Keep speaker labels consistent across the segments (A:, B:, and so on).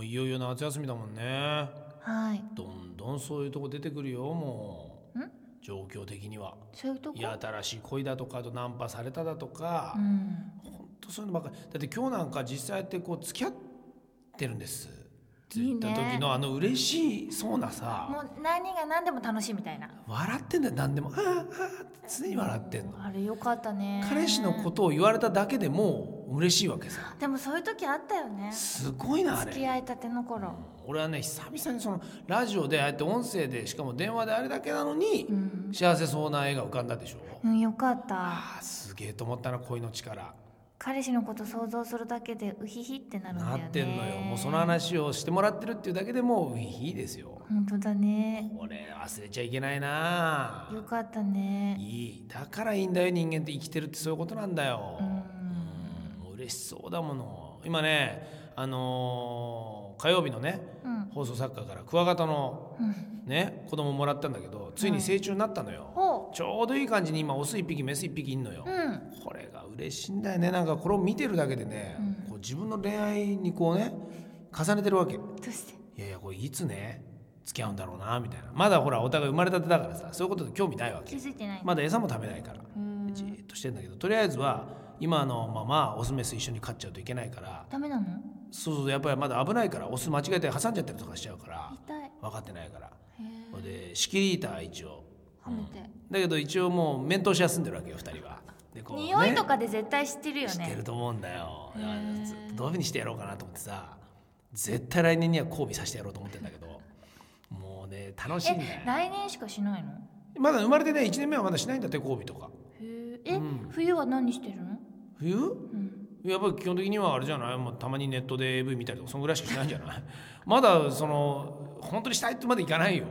A: ういよいよ夏休みだもんね
B: はい
A: どんどんそういうとこ出てくるよもうん状況的には
B: そういうとこ
A: いや新しい恋だとかあとナンパされただとか
B: う、ん
A: ほんとそういうのばっかりだって今日なんか実際やってこう付き合ってるんですって
B: いい
A: 言
B: ね
A: った時のあの嬉しそうなさ
B: もう何が何でも楽しいみたいな
A: 笑ってんだよ何でもあーあーって常に笑ってんの
B: あれよかったね
A: 彼氏のことを言われただけでもう嬉しいわけさ
B: でもそういう時あったよね
A: すごいなあ
B: 付き
A: れ
B: 合いたての頃
A: 俺はね久々にそのラジオでああやって音声でしかも電話であれだけなのに
B: うん、
A: 幸せそうな絵が浮かんだでしょ
B: うん、よかった
A: あーすげえと思ったな恋の力
B: 彼氏のこと想像するだけでウヒヒってなるんだよ
A: な
B: ね
A: ってんのよもうその話をしてもらってるっていうだけでもういいですよ
B: 本当だね
A: 俺忘れちゃいけないな
B: よかったね
A: いいだからいいんだよ人間って生きてるってそういうことなんだよ
B: うん
A: うん嬉しそうだもの今ねあのー火曜日のね
B: うん
A: 放送作家からクワガタの
B: うん
A: ね子供もらったんだけどついに成虫になったのよ、
B: ほ
A: ちょうどいい感じに今オス1匹メス1匹いんのよ、
B: ううん
A: これが嬉しいんだよねなんかこれを見てるだけでね、
B: うん
A: こう自分の恋愛にこうね重ねてるわけい
B: どうして
A: やいやこれいつね付き合うんだろうなみたいなまだほらお互い生まれたてだからさそういうことで興味ないわ
B: 気
A: け
B: づいてない、
A: まだ餌も食べないから
B: うん
A: じーっとしてんだけどとりあえずは今のままオスメス一緒に飼っちゃうといけないから
B: ダメなの
A: そうそうやっぱりまだ危ないからオス間違えて挟んじゃったりとかしちゃうから
B: 痛いへ
A: 分かってないから
B: え
A: ほいで仕切り板一応
B: はめて、
A: だけど一応もう面通し休んでるわけよ2人はでこうね
B: 匂いとかで絶対知ってるよ
A: 知って
B: ね
A: ると思うんだよ
B: へ
A: だから
B: ー
A: ずどういうふうにしてやろうかなと思ってさ絶対来年には交尾させてやろうと思ってんだけどもうね楽しいんだ
B: え
A: よ
B: 来年しかしないの
A: まだ生まれてね1年目はまだしないんだって交尾とか
B: へええ、
A: うん
B: 冬は何してるの、
A: 冬
B: うん、
A: やっぱり基本的にはあれじゃない、まあ、たまにネットで AV 見たりとかそんぐらいしかしないんじゃない まだその本当にしたいってまでいかないよ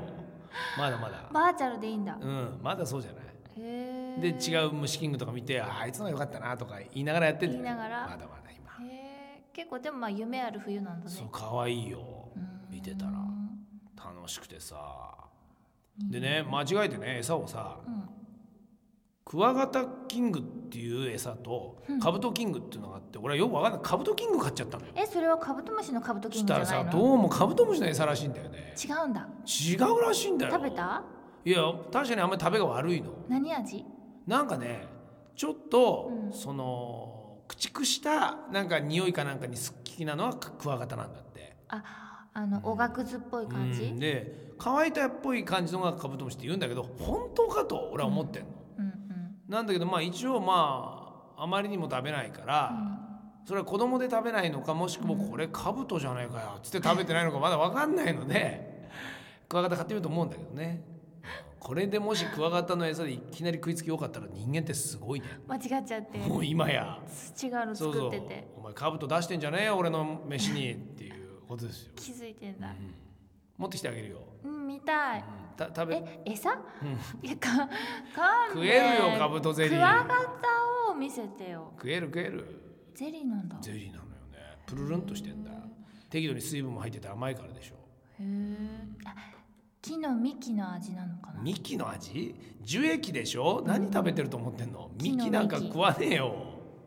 A: まだまだ
B: バーチャルでいいんだ
A: うんまだそうじゃない
B: へえ
A: で違う虫キングとか見てああいつのが良かったなとか言いながらやってんじゃ
B: 言いながら
A: まだまだ今
B: へえ結構でもまあ夢ある冬なんだね
A: そう可愛いよ
B: うん
A: 見てたら楽しくてさでね間違えてね餌をさ
B: うん
A: クワガタキングっていう餌とカブトキングっていうのがあって俺はよく分かんないカブトキング買っちゃったのよ
B: えそれはカブトムシのカブト
A: そ
B: キン
A: し
B: グじ
A: た
B: ゃ
A: ら
B: ない
A: さ
B: の
A: どうもカブトムシの餌らしいんだよね
B: 違うんだ
A: 違うらしいんだよ
B: 食べた
A: いや確かにあんまり食べが悪いの
B: 何味
A: なんかねちょっと、
B: うん
A: その駆逐したなんか匂いかなんかに好きなのはクワガタなんだって
B: ああのおがくずっぽい感
A: う
B: じ
A: んで乾いたっぽい感じのがカブトムシって言うんだけど本当かと俺は思ってんの、
B: うん
A: なんだけどまあ一応まああまりにも食べないから、それは子供で食べないのかもしくもこれカブトじゃないかよっつって食べてないのかまだ分かんないので クワガタ買ってみると思うんだけどねこれでもしクワガタの餌でいきなり食いつき多かったら人間ってすごいね
B: うん間違っちゃって
A: もう今や
B: 違うの
A: そうそ
B: 作
A: う
B: ってて
A: お前カブト出してんじゃねえよ俺の飯にっていうことですよ、
B: 気づいてん
A: う
B: だ
A: ん持ってきてあげるよ、
B: うん見た
A: う
B: い
A: んた食べ
B: え餌いやかかん
A: 食えるよカブトゼリー
B: クワガタを見せてよ
A: 食える食える
B: ゼリーなんだ
A: ゼリーなのよねプルルンとしてんだ適度に水分も入ってて甘いからでしょ
B: へえあ木の幹の味なのかな
A: 幹の味樹液でしょ何食べてると思ってんの
B: 木の
A: 幹なんか
B: 幹
A: 食わねえよ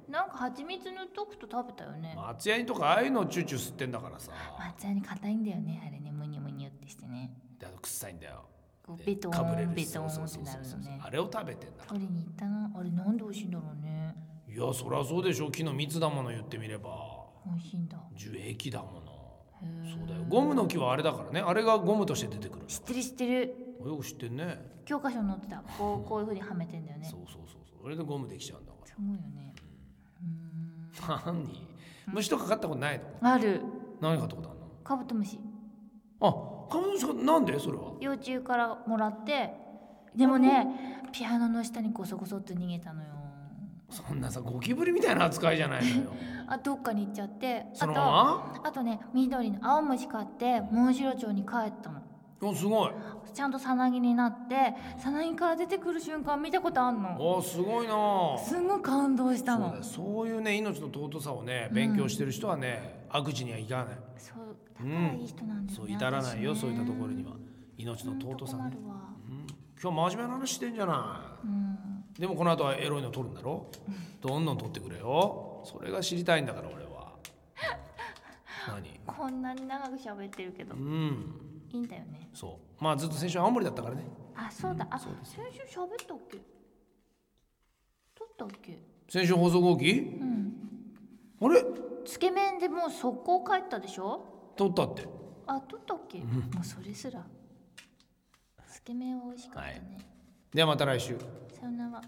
B: なんか蜂蜜塗っとくと食べたよね
A: 松ヤニとかああいうのをチューチュー吸ってんだからさ
B: 松屋に硬いんだよねあれねむにゅむにゅってしてね
A: であと臭いんだよ
B: こう
A: で
B: ベト
A: かぶれ
B: ーン
A: る
B: ベ
A: し
B: トーン
A: そう
B: っ
A: そ
B: て
A: う
B: な
A: そう
B: る
A: そ
B: の
A: うそう
B: ね
A: あれを食べてんだ
B: 取りに行ったなあれなんで美味しいんだろうね
A: いやそりゃそうでしょ木の蜜だもの言ってみれば
B: 美味しいんだ
A: 樹液だもの
B: へー
A: そうだよゴムの木はあれだからねあれがゴムとして出てくる
B: 知ってる知ってる
A: のよく知ってんね
B: 教科書に載ってたこ うこういう風にはめてんだよね
A: そうそうそうそうそれでゴムできちゃうんだから
B: すごいよねうーん
A: 何虫とか飼ったことないの
B: ある
A: 何飼ったことあるの
B: カブトムシ
A: あカブトムシ飼なんでそれは
B: 幼虫からもらってでもねピアノの下にゴソゴソって逃げたのよ
A: そんなさゴキブリみたいな扱いじゃないの よ
B: あどっかに行っちゃってあ
A: そ
B: と
A: のま
B: あとね緑の青虫買ってモンシロチョウに帰ったの
A: まおすごい
B: ちゃんとさなぎになってさなぎから出てくる瞬間見たことあんの
A: おすごいな
B: すんごい感動した
A: そう
B: の
A: だよそういうね命の尊さをね勉強してる人はね、悪事にはいかない
B: そうだからいい人なんだ
A: そ
B: よ
A: う
B: ね
A: 至らないよ、
B: 私
A: そうい
B: ね
A: ったところには命の尊さ
B: ほん
A: ね
B: と、困るわ
A: うん今日真面目な話してんじゃな
B: うん
A: いでもこの後はエロいの撮るんだ ろどんどん撮ってくれよそれが知りたいんだから俺は何
B: こんなに長く喋ってるけど
A: うん
B: いいんだよね
A: そうまあずっと先週青森だったからね
B: あそうだ、あ
A: そうです
B: 先週喋ったっけ撮ったっけ
A: 先週放送後期
B: うん
A: あれ
B: つけ麺でもう速攻帰ったでしょ
A: 撮ったって
B: あ撮ったっけ、もうそれすらつけ麺は美味しかったね、
A: ではまた来週
B: さよなら